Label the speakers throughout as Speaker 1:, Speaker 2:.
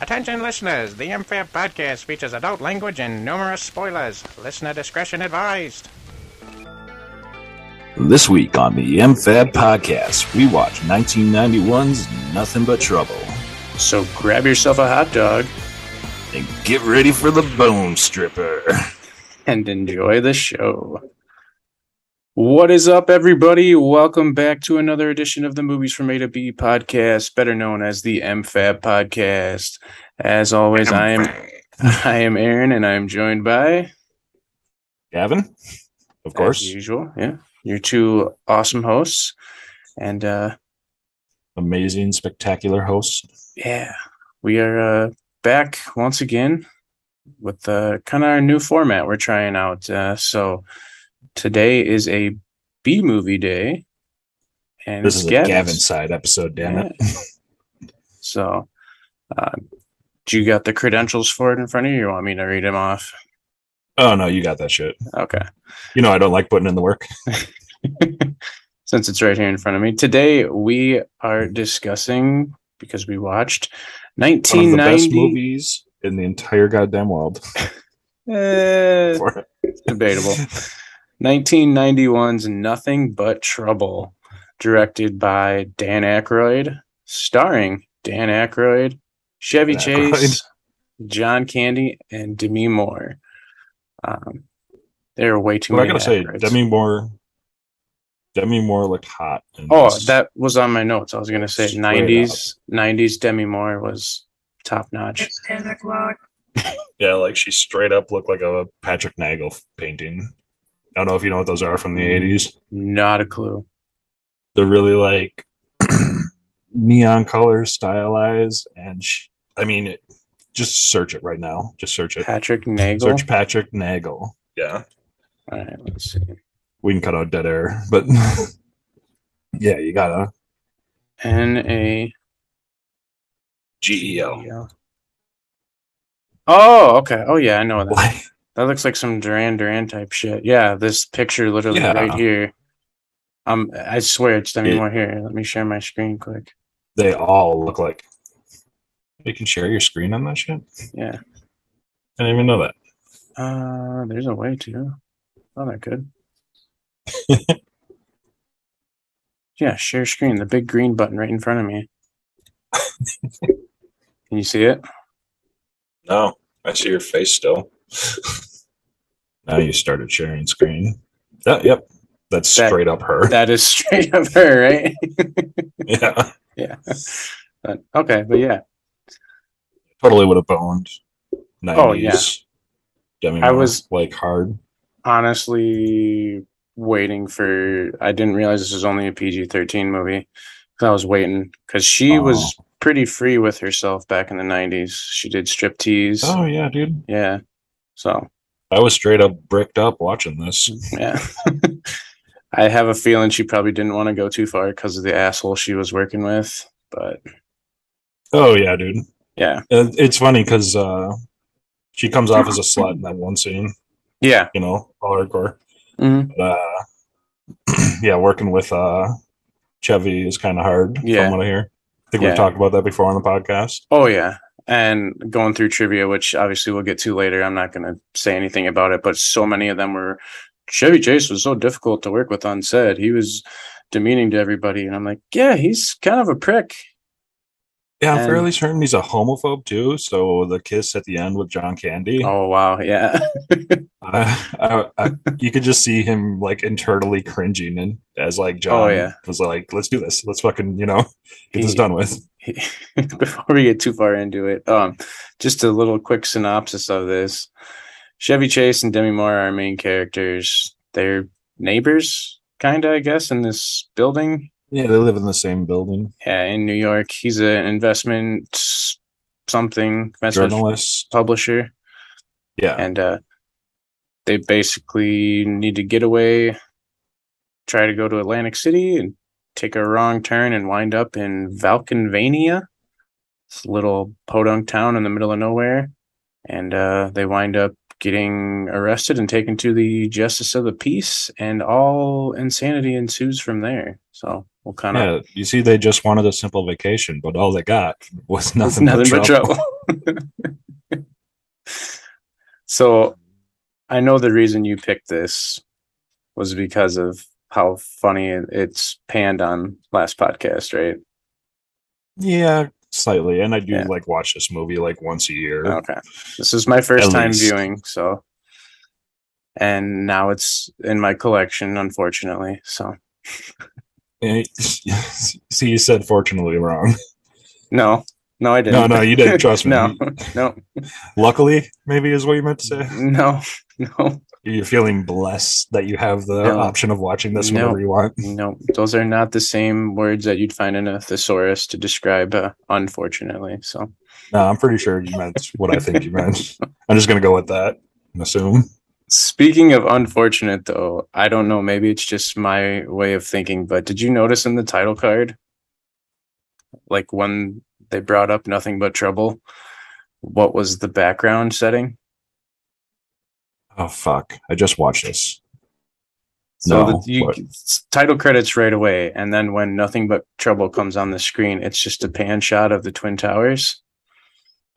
Speaker 1: Attention listeners, the Unfair Podcast features adult language and numerous spoilers. Listener discretion advised.
Speaker 2: This week on the MFAB podcast, we watch 1991's Nothing But Trouble
Speaker 3: So grab yourself a hot dog
Speaker 2: and get ready for the bone stripper.
Speaker 3: and enjoy the show. What is up, everybody? Welcome back to another edition of the Movies from A to B podcast, better known as the MFAB podcast. As always, I am I am Aaron, and I am joined by,
Speaker 2: Gavin, of
Speaker 3: as
Speaker 2: course,
Speaker 3: usual, yeah, your two awesome hosts, and uh,
Speaker 2: amazing, spectacular host.
Speaker 3: yeah, we are uh, back once again with uh, kind of our new format we're trying out. Uh, so today is a B movie day, and
Speaker 2: This
Speaker 3: it's
Speaker 2: is a
Speaker 3: Gavin's.
Speaker 2: Gavin side episode, damn it.
Speaker 3: So, uh, do you got the credentials for it in front of you? Or you want me to read them off?
Speaker 2: Oh, no, you got that shit.
Speaker 3: Okay.
Speaker 2: You know, I don't like putting in the work.
Speaker 3: since it's right here in front of me. Today we are discussing because we watched
Speaker 2: One of the best
Speaker 3: 1990.
Speaker 2: movies in the entire goddamn world.
Speaker 3: Eh,
Speaker 2: For it.
Speaker 3: debatable. 1991's Nothing But Trouble, directed by Dan Aykroyd, starring Dan Aykroyd, Chevy
Speaker 2: Dan
Speaker 3: Chase, John Candy, and Demi Moore. Um, there are way too
Speaker 2: But I
Speaker 3: many.
Speaker 2: gotta say,
Speaker 3: Aykroyds.
Speaker 2: Demi Moore, Demi Moore looked hot. in
Speaker 3: Oh,
Speaker 2: this.
Speaker 3: that was on my notes. I was gonna say
Speaker 2: Straight
Speaker 3: nineties. Nineties Demi Moore was top notch.
Speaker 4: It's ten o'clock.
Speaker 2: Yeah, like she straight up looked like a Patrick Nagel painting. I don't know if you know what those are from the 80s.
Speaker 3: Not a clue.
Speaker 2: They're really like neon colors, stylized, and sh I mean, it, just search it right now. Just search it.
Speaker 3: Patrick Nagel.
Speaker 2: Search Patrick Nagel. Yeah,
Speaker 3: All right, let's see.
Speaker 2: we can cut out dead air, but yeah, you gotta
Speaker 3: N A
Speaker 2: G E L.
Speaker 3: Oh, okay. Oh yeah, I know that.
Speaker 2: Like,
Speaker 3: That looks like some Duran Duran type shit. Yeah, this picture literally
Speaker 2: Yeah.
Speaker 3: right here. Um, I swear it's Demi
Speaker 2: It-
Speaker 3: Moore here. Let me share my screen quick.
Speaker 2: They all look like. You can share your screen on that shit.
Speaker 3: Yeah.
Speaker 2: I didn't even know that.
Speaker 3: Uh, there's a way to. Oh, that could. yeah, share screen. The big green button right in front of me. Can you see it?
Speaker 2: No, I see your face still. now you started sharing screen. That, yep, that's
Speaker 3: That-
Speaker 2: straight up her.
Speaker 3: That is straight up her, right?
Speaker 2: yeah,
Speaker 3: yeah. But, okay, but yeah,
Speaker 2: totally would have boned. 90s.
Speaker 3: Oh, yeah.
Speaker 2: Demi
Speaker 3: I
Speaker 2: Moore,
Speaker 3: was-
Speaker 2: like hard.
Speaker 3: honestly, waiting for. I didn't realize this was only a PG 13 movie. 'Cause I was waiting because she was pretty free with herself back in the 90s. She did strip tease.
Speaker 2: Oh yeah, dude.
Speaker 3: Yeah. So.
Speaker 2: I was straight up bricked up watching this.
Speaker 3: Yeah. I have a feeling she probably didn't want to go too far because of the asshole she was working with. But
Speaker 2: Oh yeah, dude.
Speaker 3: yeah.
Speaker 2: Uh, It's funny because uh, she comes off as a slut in that one scene.
Speaker 3: Yeah.
Speaker 2: You know, all hardcore.
Speaker 3: Mhm.
Speaker 2: But, uh, yeah, working with uh, Chevy is kind of hard.
Speaker 3: Yeah.
Speaker 2: from what I hear. I think
Speaker 3: Yeah.
Speaker 2: we've talked about that before on the podcast.
Speaker 3: Oh, yeah. And going through trivia, which obviously we'll get to later. I'm not going to say anything about it, but so many of them were Chevy Chase was so difficult to work with on set. He was demeaning to everybody. And I'm like, yeah, he's kind of a prick.
Speaker 2: Yeah, I'm
Speaker 3: And-
Speaker 2: fairly certain he's a homophobe too. So the kiss at the end with John Candy,
Speaker 3: Oh, wow. Yeah.
Speaker 2: I, I, I, you could just see him like internally cringing, and as like John
Speaker 3: Oh, yeah.
Speaker 2: was like, "Let's do this. Let's fucking you know get this
Speaker 3: He-
Speaker 2: done with."
Speaker 3: before we get too far into it, um, just a little quick synopsis of this. Chevy Chase and Demi Moore are our main characters. They're neighbors, kind of, I guess, in this building.
Speaker 2: Yeah, they live in the same building.
Speaker 3: Yeah, in New York. He's an investment s- something, investment
Speaker 2: Journalists.
Speaker 3: publisher
Speaker 2: Yeah,
Speaker 3: and uh, they basically need to get away, try to go to Atlantic City, and take a wrong turn and wind up in Valkenvania, this little podunk town in the middle of nowhere. And uh, they wind up getting arrested and taken to the justice of the peace, and all insanity ensues from there. So we'll kind of
Speaker 2: Yeah, you see, they just wanted a simple vacation, but all they got was nothing,
Speaker 3: nothing, but trouble. so I know the reason you picked this was because of how funny it- it's panned on last podcast, right?
Speaker 2: yeah, slightly. And I do
Speaker 3: Yeah. Oh.
Speaker 2: like watch this movie like once a year.
Speaker 3: Okay. This is my first
Speaker 2: At
Speaker 3: time
Speaker 2: least.
Speaker 3: viewing, so and now it's in my collection, unfortunately. So
Speaker 2: And- see, you said fortunately wrong.
Speaker 3: no, no, I didn't.
Speaker 2: No, no, you didn't. Trust me.
Speaker 3: no, no,
Speaker 2: Luckily, maybe is what you meant to say.
Speaker 3: no, no,
Speaker 2: You're feeling blessed that you have the
Speaker 3: No.
Speaker 2: option of watching this
Speaker 3: No.
Speaker 2: whenever you want.
Speaker 3: no. Those are not the same words that you'd find in a thesaurus to describe. Uh, unfortunately, so
Speaker 2: No, I'm pretty sure you meant what I think you meant. I'm just gonna go with that and assume.
Speaker 3: Speaking of unfortunate, though, I don't know. Maybe it's just my way of thinking, but did you notice in the title card, like when they brought up nothing but trouble, what was the background setting?
Speaker 2: Oh fuck! I just watched this.
Speaker 3: So
Speaker 2: No,
Speaker 3: the, you
Speaker 2: what?
Speaker 3: s- title credits right away, and then when nothing but trouble comes on the screen, it's just a pan shot of the twin towers.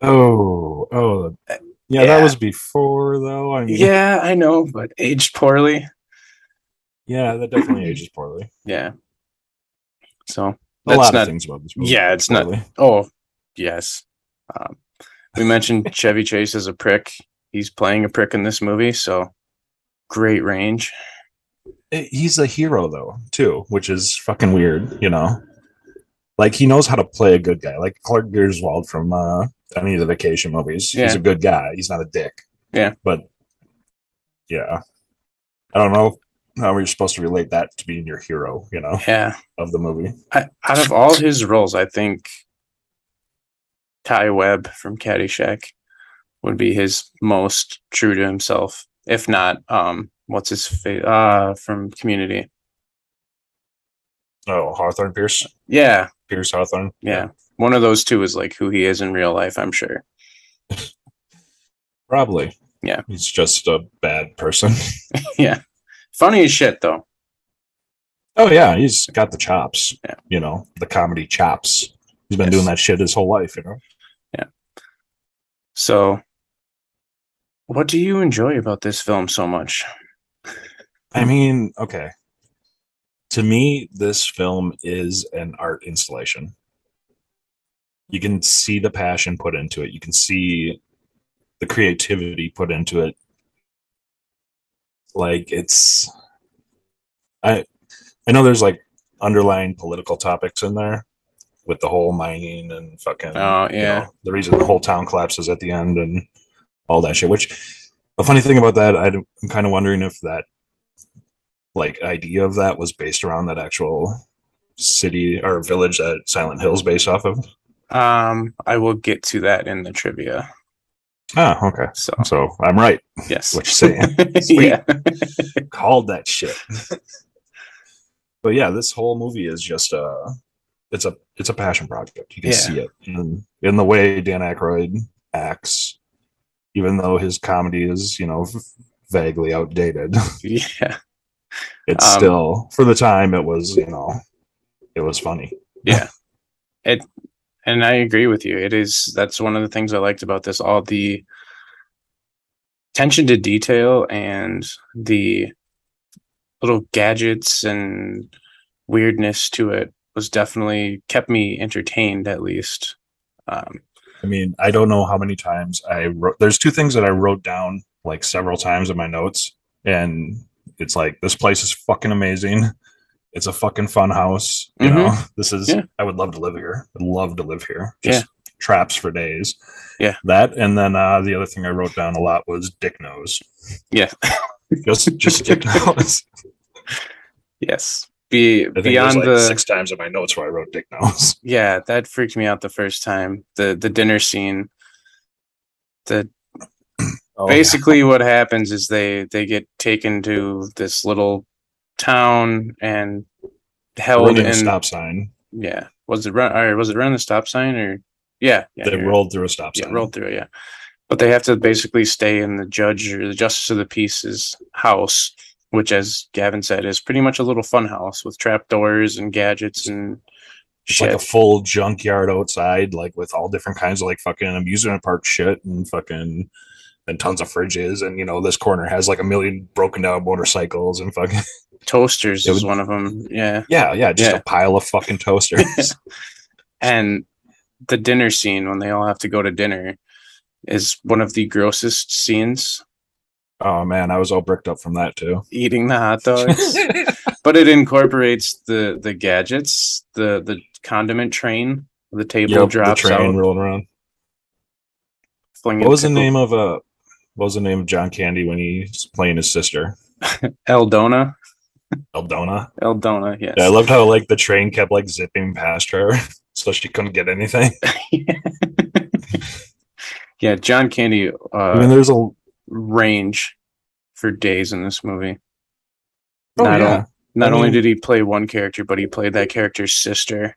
Speaker 2: Oh, oh, yeah.
Speaker 3: Yeah.
Speaker 2: That was before though. I mean, yeah,
Speaker 3: Yeah, I know, but aged poorly.
Speaker 2: that definitely ages poorly.
Speaker 3: Yeah. So
Speaker 2: A
Speaker 3: That's
Speaker 2: lot
Speaker 3: not-
Speaker 2: of things about this movie.
Speaker 3: yeah, it's not
Speaker 2: poorly.
Speaker 3: Oh, yes. Um, we mentioned Chevy Chase as a prick. He's playing a prick in this movie, so great range.
Speaker 2: It- Eh, He's a hero though, too, which is fucking weird. You know, like he knows how to play a good guy, like Clark Griswold from uh, any of the Vacation movies.
Speaker 3: Yeah.
Speaker 2: He's a good guy. He's not a dick.
Speaker 3: Yeah.
Speaker 2: but yeah, I don't know how you're supposed to relate that to being your hero. You know,
Speaker 3: Yeah.
Speaker 2: of the movie.
Speaker 3: I, out of all his roles, I think Ty Webb from Caddyshack would be his most true to himself. If not, um, what's his face uh, from Community?
Speaker 2: Oh, Hawthorne Pierce,
Speaker 3: Yeah,
Speaker 2: Pierce Hawthorne.
Speaker 3: yeah. One of those two is like who he is in real life. I'm sure.
Speaker 2: Probably.
Speaker 3: Yeah.
Speaker 2: He's just a bad person.
Speaker 3: yeah. Funny as shit though.
Speaker 2: oh yeah, he's got the chops.
Speaker 3: Yeah.
Speaker 2: You know, the comedy chops. He's been
Speaker 3: Yes.
Speaker 2: doing that shit his whole life, you know.
Speaker 3: So, what do you enjoy about this film so much?
Speaker 2: I mean, okay. To me, this film is an art installation. You can see the passion put into it. You can see the creativity put into it. Like it's I I know there's like underlying political topics in there with the whole mining and fucking
Speaker 3: Oh, yeah.
Speaker 2: the reason the whole town collapses at the end and all that shit. Which the funny thing about that, I don't- I'm kind of wondering if that like idea of that was based around that actual city or village that Silent Hill's based off of.
Speaker 3: Um, I will get to that in the trivia.
Speaker 2: Ah, okay.
Speaker 3: So,
Speaker 2: So I'm right.
Speaker 3: yes.
Speaker 2: What you saying? Sweet.
Speaker 3: yeah.
Speaker 2: Called that shit. but yeah, this whole movie is just a it's a it's a passion project. You can
Speaker 3: Yeah.
Speaker 2: see it in, in the way Dan Aykroyd acts, even though his comedy is you know vaguely outdated.
Speaker 3: Yeah.
Speaker 2: it's
Speaker 3: Um,
Speaker 2: still for the time it was you know it was funny
Speaker 3: Yeah. It and I agree with you. It is that's one of the things I liked about this all the attention to detail and the little gadgets and weirdness to it was definitely kept me entertained at least. Um
Speaker 2: i mean i don't know how many times i wrote there's two things that i wrote down like several times in my notes and it's like this place is fucking amazing it's a fucking fun house you
Speaker 3: Mhm.
Speaker 2: know this is
Speaker 3: Yeah.
Speaker 2: i would love to live here i'd love to live here
Speaker 3: Yeah.
Speaker 2: just traps for days
Speaker 3: Yeah.
Speaker 2: that and then uh the other thing i wrote down a lot was dick nose
Speaker 3: Yeah.
Speaker 2: just just dick nose
Speaker 3: Yes. Be,
Speaker 2: I think beyond
Speaker 3: beyond
Speaker 2: like
Speaker 3: the
Speaker 2: six times in my notes where i wrote dick nose
Speaker 3: yeah, that freaked me out the first time. The the dinner scene. The
Speaker 2: Oh, yeah.
Speaker 3: basically what happens is they they get taken to this little town and held
Speaker 2: running a
Speaker 3: in
Speaker 2: stop sign.
Speaker 3: yeah. Was it run or was it run the stop sign or yeah, yeah
Speaker 2: They
Speaker 3: you're-
Speaker 2: rolled through a stop
Speaker 3: yeah,
Speaker 2: sign.
Speaker 3: rolled through it, yeah. but they have to basically stay in the judge or the justice of the peace's house, which, as Gavin said, is pretty much a little fun house with trapdoors and gadgets and
Speaker 2: It's
Speaker 3: shit.
Speaker 2: like a full junkyard outside, like with all different kinds of like fucking amusement park shit and fucking and tons of fridges. And you know, this corner has like a million broken down motorcycles and fucking
Speaker 3: Toasters
Speaker 2: It
Speaker 3: is
Speaker 2: would-
Speaker 3: one of them. Yeah.
Speaker 2: yeah, yeah, just
Speaker 3: Yeah.
Speaker 2: a pile of fucking toasters.
Speaker 3: And the dinner scene when they all have to go to dinner is one of the grossest scenes
Speaker 2: oh man, I was all bricked up from that too.
Speaker 3: eating the hot dogs. but it incorporates the the gadgets, the the condiment train, the table
Speaker 2: Yep,
Speaker 3: drops
Speaker 2: the train
Speaker 3: out.
Speaker 2: rolling around.
Speaker 3: flinging
Speaker 2: What was the
Speaker 3: pickle-
Speaker 2: name of uh what was the name of John Candy when he's playing his sister?
Speaker 3: Eldona.
Speaker 2: Eldona.
Speaker 3: Eldona, yes.
Speaker 2: Yeah, I loved how like the train kept like zipping past her, so she couldn't get anything.
Speaker 3: yeah, John Candy
Speaker 2: I mean,
Speaker 3: uh,
Speaker 2: there's a
Speaker 3: range for days in this movie. not
Speaker 2: oh, yeah.
Speaker 3: on- not
Speaker 2: I
Speaker 3: only
Speaker 2: mean-
Speaker 3: did he play one character, but he played that character's sister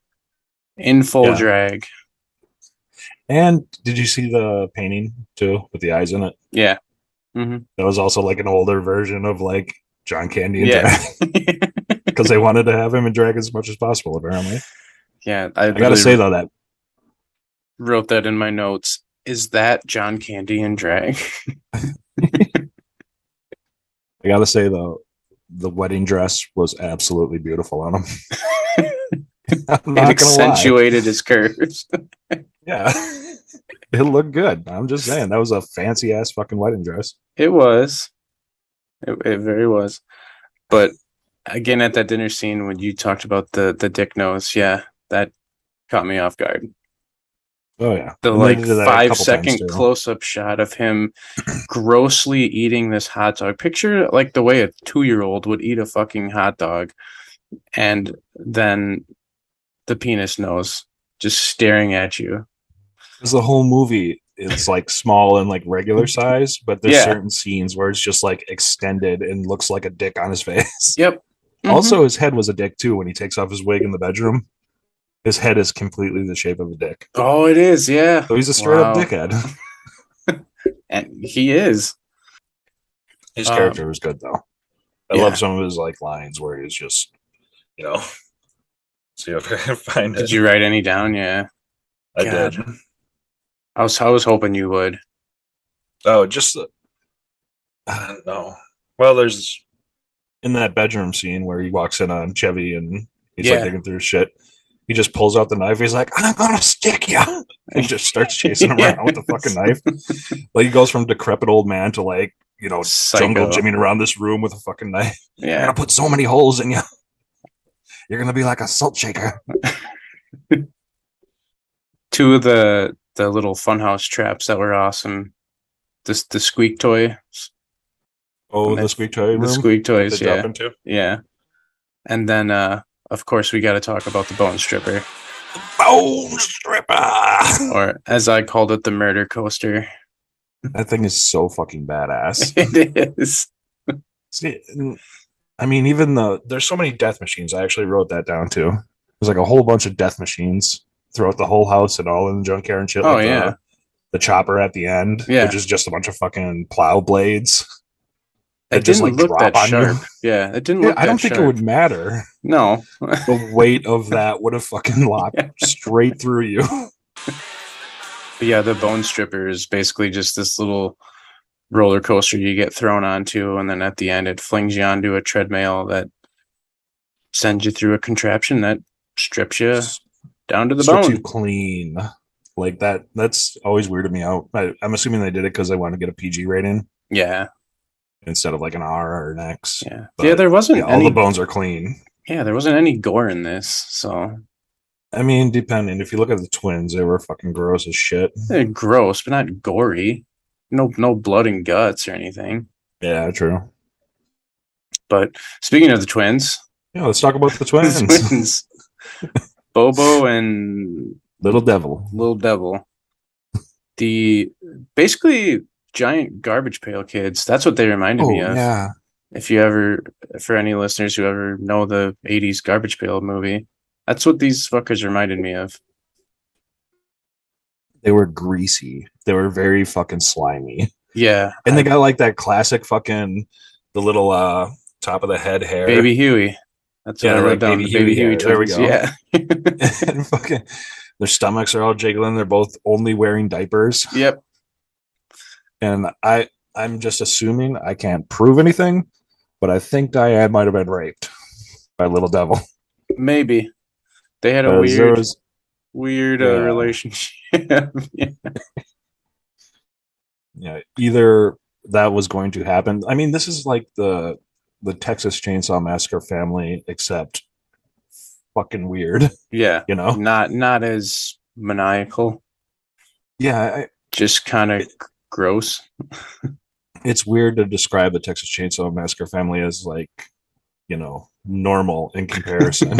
Speaker 3: in full
Speaker 2: Yeah.
Speaker 3: drag.
Speaker 2: And did you see the painting too with the eyes in it?
Speaker 3: Yeah. hmm
Speaker 2: That was also like an older version of like John Candy and
Speaker 3: Yeah.
Speaker 2: because they wanted to have him in drag as much as possible. Apparently,
Speaker 3: yeah, I,
Speaker 2: I gotta say though that
Speaker 3: wrote that in my notes. Is that John Candy in drag?
Speaker 2: I gotta say though the wedding dress was absolutely beautiful on him. I'm
Speaker 3: it
Speaker 2: not gonna lie.
Speaker 3: accentuated his curves.
Speaker 2: Yeah, it looked good. I'm just saying that was a fancy ass fucking wedding dress.
Speaker 3: It was. It, it very was. But again, at that dinner scene when you talked about the the dick nose, yeah, that caught me off guard.
Speaker 2: Oh yeah,
Speaker 3: The
Speaker 2: And they
Speaker 3: like
Speaker 2: did that a
Speaker 3: five
Speaker 2: couple times,
Speaker 3: second
Speaker 2: too.
Speaker 3: close up shot of him grossly eating this hot dog. Picture like the way a two year old would eat a fucking hot dog, and then the penis nose just staring at you.
Speaker 2: Because the whole movie is like small and like regular size, but there's
Speaker 3: Yeah.
Speaker 2: certain scenes where it's just like extended and looks like a dick on his face.
Speaker 3: Yep. Mhm.
Speaker 2: Also, his head was a dick too when he takes off his wig in the bedroom. His head is completely the shape of a dick.
Speaker 3: oh, it is. Yeah,
Speaker 2: So he's a straight up
Speaker 3: Wow.
Speaker 2: dickhead.
Speaker 3: and he is.
Speaker 2: His
Speaker 3: Um,
Speaker 2: character was good though. I
Speaker 3: yeah.
Speaker 2: love some of his like lines where he's just, you know, see if I can find
Speaker 3: Did you write any down? Yeah.
Speaker 2: I
Speaker 3: God.
Speaker 2: did.
Speaker 3: I was I was hoping you would.
Speaker 2: Oh, just the, I don't know. Well, there's in that bedroom scene where he walks in on Chevy and he's
Speaker 3: Yeah.
Speaker 2: like digging through shit. He just pulls out the knife. He's like, "I'm gonna stick you," and just starts chasing him around with the fucking knife. Like he goes from decrepit old man to like you know jungle
Speaker 3: Psycho.
Speaker 2: jimmying around this room with a fucking knife. I'm
Speaker 3: Yeah.
Speaker 2: gonna put so many holes in you. You're gonna be like a salt shaker.
Speaker 3: Two of the the little funhouse traps that were awesome. This the squeak toy.
Speaker 2: Oh,
Speaker 3: And
Speaker 2: the
Speaker 3: that-
Speaker 2: squeak toy room.
Speaker 3: The squeak
Speaker 2: they
Speaker 3: toys,
Speaker 2: drop
Speaker 3: yeah.
Speaker 2: into.
Speaker 3: Yeah. And then uh of course we gotta talk about the bone stripper.
Speaker 2: Bone stripper.
Speaker 3: Or as I called it the murder coaster.
Speaker 2: That thing is so fucking badass.
Speaker 3: it is.
Speaker 2: See, n- I mean, even the there's so many death machines. I actually wrote that down too. There's like a whole bunch of death machines throughout the whole house and all in the junkyard and shit.
Speaker 3: Oh,
Speaker 2: like the-
Speaker 3: yeah.
Speaker 2: the, chopper at the end,
Speaker 3: Yeah.
Speaker 2: which is just a bunch of fucking plow blades.
Speaker 3: It,
Speaker 2: It just,
Speaker 3: didn't
Speaker 2: like,
Speaker 3: look that
Speaker 2: drop on you.
Speaker 3: sharp. Yeah, it didn't
Speaker 2: Yeah,
Speaker 3: look
Speaker 2: I don't
Speaker 3: that
Speaker 2: think
Speaker 3: sharp.
Speaker 2: it would matter.
Speaker 3: No.
Speaker 2: The weight of that would have fucking lopped straight through you.
Speaker 3: But yeah, the bone stripper is basically just this little roller coaster you get thrown onto, and then at the end it flings you onto a treadmill that sends you through a contraption that strips you down to the
Speaker 2: so
Speaker 3: bone.
Speaker 2: too clean. Like that. That's always weirded me out. I, I'm assuming they did it because they wanted to get a PG rating
Speaker 3: Yeah,
Speaker 2: instead of like an R or an X.
Speaker 3: yeah,
Speaker 2: But,
Speaker 3: yeah. There wasn't
Speaker 2: Yeah, all
Speaker 3: any.
Speaker 2: the bones are clean.
Speaker 3: yeah, there wasn't any gore in this, so
Speaker 2: I mean, depending. If you look at the twins, they were fucking gross as shit.
Speaker 3: eh, gross, but not gory. No, no blood and guts or anything.
Speaker 2: Yeah, true.
Speaker 3: But speaking of the twins,
Speaker 2: Yeah, let's talk about the twins.
Speaker 3: the twins, Bobo and
Speaker 2: Little devil.
Speaker 3: Little Devil, the basically giant garbage pail kids. That's what they reminded
Speaker 2: Oh
Speaker 3: me of.
Speaker 2: yeah.
Speaker 3: If you ever, for any listeners who ever know the '80s garbage pail movie, that's what these fuckers reminded me of.
Speaker 2: They were greasy. They were very fucking slimy.
Speaker 3: Yeah.
Speaker 2: And they got like that classic fucking the little uh top of the head hair.
Speaker 3: Baby Huey. That's
Speaker 2: Yeah,
Speaker 3: what I
Speaker 2: right,
Speaker 3: wrote down.
Speaker 2: Baby
Speaker 3: the
Speaker 2: Huey
Speaker 3: Baby Huey.
Speaker 2: hair. There we
Speaker 3: twins,
Speaker 2: go.
Speaker 3: Yeah.
Speaker 2: and fucking their stomachs are all jiggling. They're both only wearing diapers.
Speaker 3: Yep.
Speaker 2: And I I'm just assuming I can't prove anything, but I think Diane might have been raped by Little Devil.
Speaker 3: Maybe. They had a
Speaker 2: Because there
Speaker 3: weird,
Speaker 2: was-
Speaker 3: weird uh,
Speaker 2: Yeah.
Speaker 3: relationship. yeah.
Speaker 2: you know, either that was going to happen. I mean, this is like the the Texas Chainsaw Massacre family, except fucking weird,
Speaker 3: yeah.
Speaker 2: you know?
Speaker 3: Not not as maniacal.
Speaker 2: Yeah,
Speaker 3: Just kind of gross.
Speaker 2: I, it's weird to describe the Texas Chainsaw Massacre family as like, you know, normal in comparison.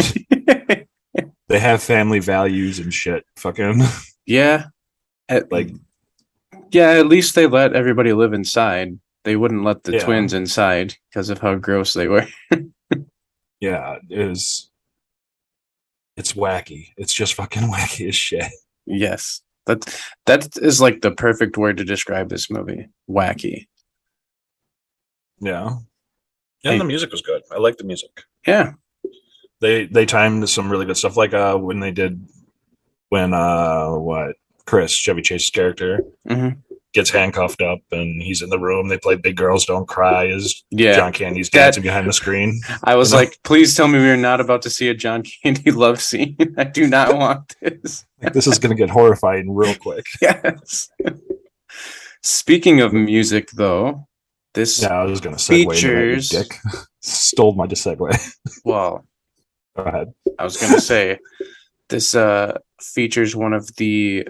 Speaker 2: they have family values and shit. Fucking
Speaker 3: yeah. At,
Speaker 2: like,
Speaker 3: yeah, at least they let everybody live inside. They wouldn't let the
Speaker 2: Yeah.
Speaker 3: twins inside because of how gross they were.
Speaker 2: yeah, it is. It's wacky. It's just fucking wacky as shit.
Speaker 3: Yes. That that is like the perfect word to describe this movie. Wacky.
Speaker 2: Yeah.
Speaker 3: And the
Speaker 2: music was good. I like the music.
Speaker 3: Yeah.
Speaker 2: they they timed some really good stuff like uh when they did when uh what chris chevy chase's character
Speaker 3: hmm
Speaker 2: gets handcuffed up and he's in the room they play big girls don't cry as
Speaker 3: Yeah.
Speaker 2: john candy's
Speaker 3: That-
Speaker 2: dancing behind the screen
Speaker 3: I was
Speaker 2: You know?
Speaker 3: like, please tell me we're not about to see a John Candy love scene. I do not want this.
Speaker 2: like this is gonna get horrifying real quick
Speaker 3: Yes. Speaking of music though, this
Speaker 2: yeah i was gonna segue into that, you
Speaker 3: Features.
Speaker 2: dick stole my segue
Speaker 3: well,
Speaker 2: go ahead
Speaker 3: I was gonna say this uh features one of the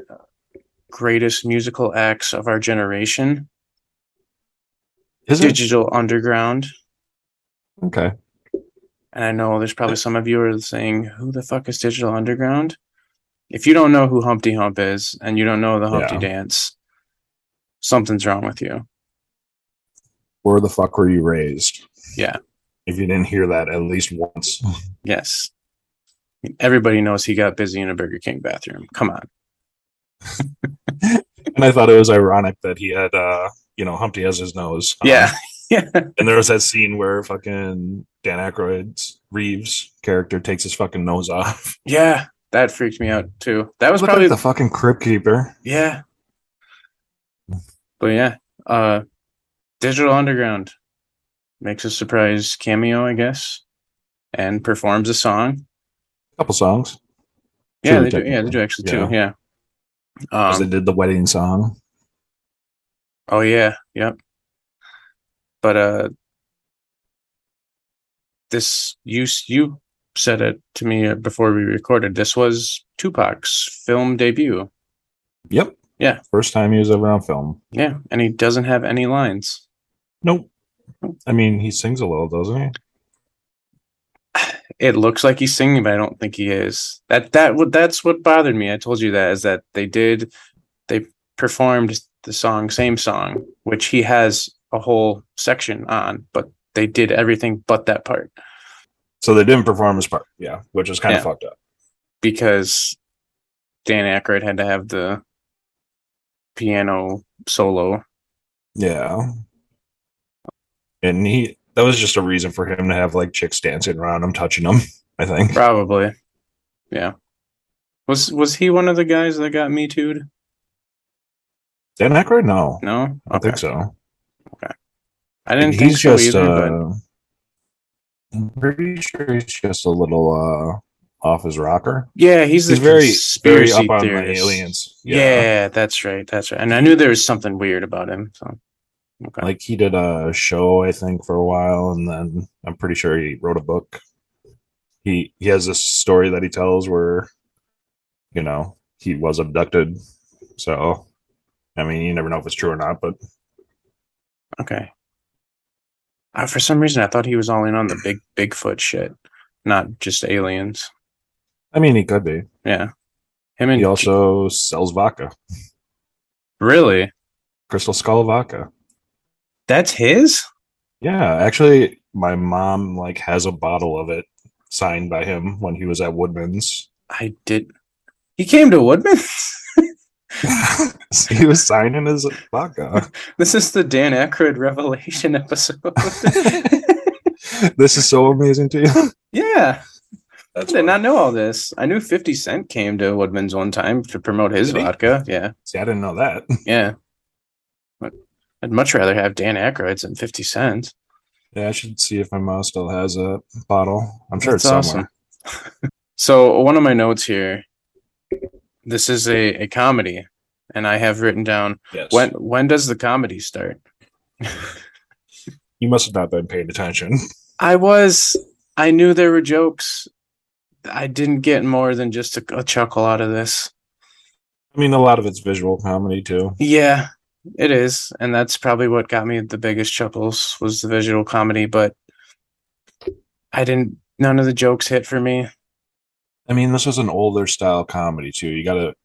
Speaker 3: greatest musical acts of our generation,
Speaker 2: is it
Speaker 3: Digital Underground.
Speaker 2: okay
Speaker 3: And I know there's probably some of you are saying, "Who the fuck is Digital Underground?" If you don't know who Humpty Hump is and you don't know the Humpty
Speaker 2: Yeah.
Speaker 3: Dance, something's wrong with you.
Speaker 2: where the fuck were you raised
Speaker 3: Yeah.
Speaker 2: if you didn't hear that at least once
Speaker 3: Yes, everybody knows he got busy in a Burger King bathroom. Come on,
Speaker 2: and i thought it was ironic that he had uh you know humpty has his nose Um,
Speaker 3: yeah, yeah,
Speaker 2: And there was that scene where fucking Dan Aykroyd's Reeves character takes his fucking nose off.
Speaker 3: yeah. That freaked me out too. That was
Speaker 2: Looked
Speaker 3: probably
Speaker 2: like the fucking Crypt Keeper.
Speaker 3: yeah. But yeah, uh, Digital Underground makes a surprise cameo, I guess, and performs a song.
Speaker 2: couple songs.
Speaker 3: Yeah,
Speaker 2: Two,
Speaker 3: they do. Yeah, they
Speaker 2: technically.
Speaker 3: do actually too. Yeah.
Speaker 2: 'Cause
Speaker 3: Um,
Speaker 2: they did the wedding song.
Speaker 3: oh yeah. Yep. But uh, this you s- you said it to me uh, before we recorded. This was Tupac's film debut.
Speaker 2: Yep.
Speaker 3: Yeah.
Speaker 2: First time he was ever on film.
Speaker 3: Yeah, and he doesn't have any lines.
Speaker 2: Nope. I mean, he sings a little, doesn't he?
Speaker 3: It looks like he's singing, but I don't think he is. That that what that's what bothered me. I told you that is that they did they performed the song same song, which he has a whole section on, but they did everything but that part
Speaker 2: So they didn't perform his part. Yeah. Which is kind
Speaker 3: Yeah.
Speaker 2: of fucked up.
Speaker 3: because Dan Aykroyd had to have the piano solo.
Speaker 2: Yeah. And he, that was just a reason for him to have like chicks dancing around him, touching him, I think.
Speaker 3: Probably. Yeah. Was was he one of the guys that got me too'd?
Speaker 2: Dan Aykroyd? No.
Speaker 3: No?
Speaker 2: I don't think so.
Speaker 3: I didn't
Speaker 2: he's
Speaker 3: think so
Speaker 2: just
Speaker 3: either, but
Speaker 2: uh, I'm pretty sure he's just a little uh off his rocker.
Speaker 3: Yeah, he's,
Speaker 2: He's
Speaker 3: the
Speaker 2: very very
Speaker 3: conspiracy
Speaker 2: up on the
Speaker 3: theorist.
Speaker 2: aliens.
Speaker 3: Yeah. that's right. That's right. And I knew there was something weird about him. So, okay.
Speaker 2: Like he did a show, I think, for a while, and then I'm pretty sure he wrote a book. He he has this story that he tells where, you know, he was abducted. So, I mean, you never know if it's true or not, but
Speaker 3: okay. Uh, for some reason, I thought he was all in on the big Bigfoot shit, not just aliens.
Speaker 2: I mean, he could be.
Speaker 3: Yeah, him and
Speaker 2: He also sells vodka,
Speaker 3: really
Speaker 2: Crystal Skull vodka.
Speaker 3: that's his.
Speaker 2: Yeah, actually, my mom like has a bottle of it signed by him when he was at Woodman's.
Speaker 3: I did. He came to Woodman's.
Speaker 2: he was signing his vodka.
Speaker 3: This is the Dan Aykroyd revelation episode.
Speaker 2: This is so amazing to you.
Speaker 3: yeah, I
Speaker 2: That's
Speaker 3: did not know all this. I knew 50 Cent came to Woodman's one time to promote his
Speaker 2: Did he?
Speaker 3: vodka. Yeah,
Speaker 2: See, I didn't know that.
Speaker 3: yeah. But I'd much rather have Dan Aykroyd's than 50 Cent.
Speaker 2: Yeah, I should see if my mom still has a bottle. I'm sure
Speaker 3: That's
Speaker 2: it's
Speaker 3: awesome.
Speaker 2: somewhere.
Speaker 3: so one of my notes here. This is a, a comedy, and I have written down
Speaker 2: Yes.
Speaker 3: when when does the comedy start?
Speaker 2: you must have not been paying attention.
Speaker 3: I was I knew there were jokes. I didn't get more than just a, a chuckle out of this.
Speaker 2: I mean, a lot of it's visual comedy too.
Speaker 3: Yeah, it is, and that's probably what got me the biggest chuckles was the visual comedy. But I didn't. None of the jokes hit for me.
Speaker 2: I mean, this was an older style comedy too. You gotta,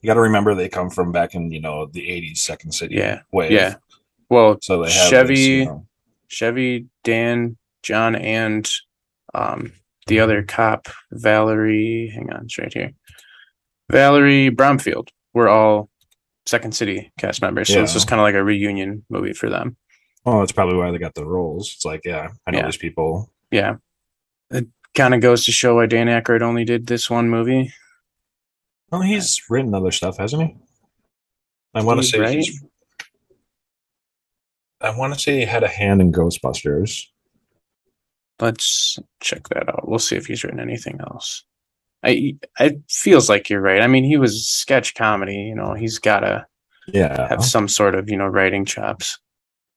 Speaker 2: you gotta remember they come from back in you know the '80s Second City
Speaker 3: Yeah,
Speaker 2: wave.
Speaker 3: yeah. Well,
Speaker 2: So they have this,
Speaker 3: Chevy-
Speaker 2: you know-
Speaker 3: Chevy, Dan, John, and um, the other cop, Valerie. Hang on, it's right here. Valerie Bromfield. We're all Second City cast members, so this
Speaker 2: Yeah.
Speaker 3: was kind of like a reunion movie for them.
Speaker 2: Oh, that's probably why they got the roles. It's like, yeah, I know
Speaker 3: Yeah.
Speaker 2: these people.
Speaker 3: Yeah, it kind of goes to show why Dan Aykroyd only did this one movie.
Speaker 2: Well, Oh, he's written other stuff, hasn't he? I want to
Speaker 3: He's
Speaker 2: say
Speaker 3: right.
Speaker 2: he's- I want to say he had a hand in Ghostbusters.
Speaker 3: Let's check that out. We'll see if he's written anything else. I it feels like you're right. I mean, he was sketch comedy. You know, he's gotta
Speaker 2: Yeah,
Speaker 3: have some sort of you know writing chops.